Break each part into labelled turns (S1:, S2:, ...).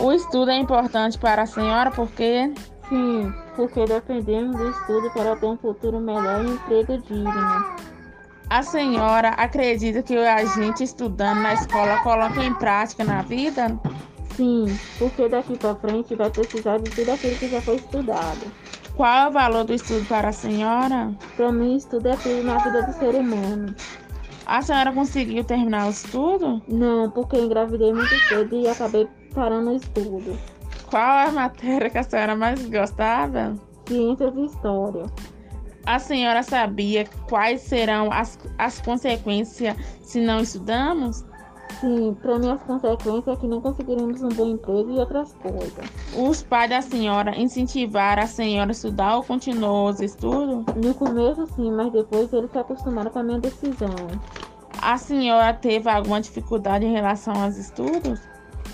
S1: O estudo é importante para a senhora porque
S2: Sim, porque dependemos do estudo para ter um futuro melhor e um emprego digno.
S1: a senhora acredita que a gente estudando na escola coloca em prática na vida?
S2: Sim, porque daqui para frente vai precisar de tudo aquilo que já foi estudado.
S1: Qual é o valor do estudo para a senhora?
S2: Para mim, estudo é tudo na vida do ser humano.
S1: A senhora conseguiu terminar o estudo?
S2: Não, porque eu engravidei muito cedo e acabei parando o estudo.
S1: Qual é a matéria que a senhora mais gostava?
S2: Ciências e História.
S1: A senhora sabia quais serão as, as consequências se não estudamos?
S2: Sim, para mim as consequências é que não conseguiremos um bom emprego e outras coisas.
S1: Os pais da senhora incentivaram a senhora a estudar ou continuou os estudos?
S2: No começo sim, mas depois eles se acostumaram com a minha decisão.
S1: A senhora teve alguma dificuldade em relação aos estudos?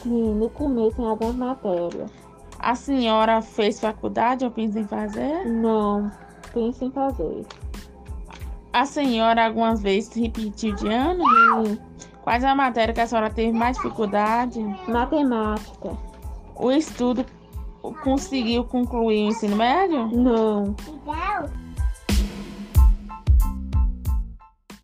S2: Sim, no começo em algumas matérias.
S1: A senhora fez faculdade ou pensa em fazer?
S2: Não, penso em fazer.
S1: A senhora algumas vezes repetiu de ano?
S2: Sim,
S1: Quais a matéria que a senhora teve mais dificuldade?
S2: matemática.
S1: O estudo conseguiu concluir o ensino médio?
S2: Não,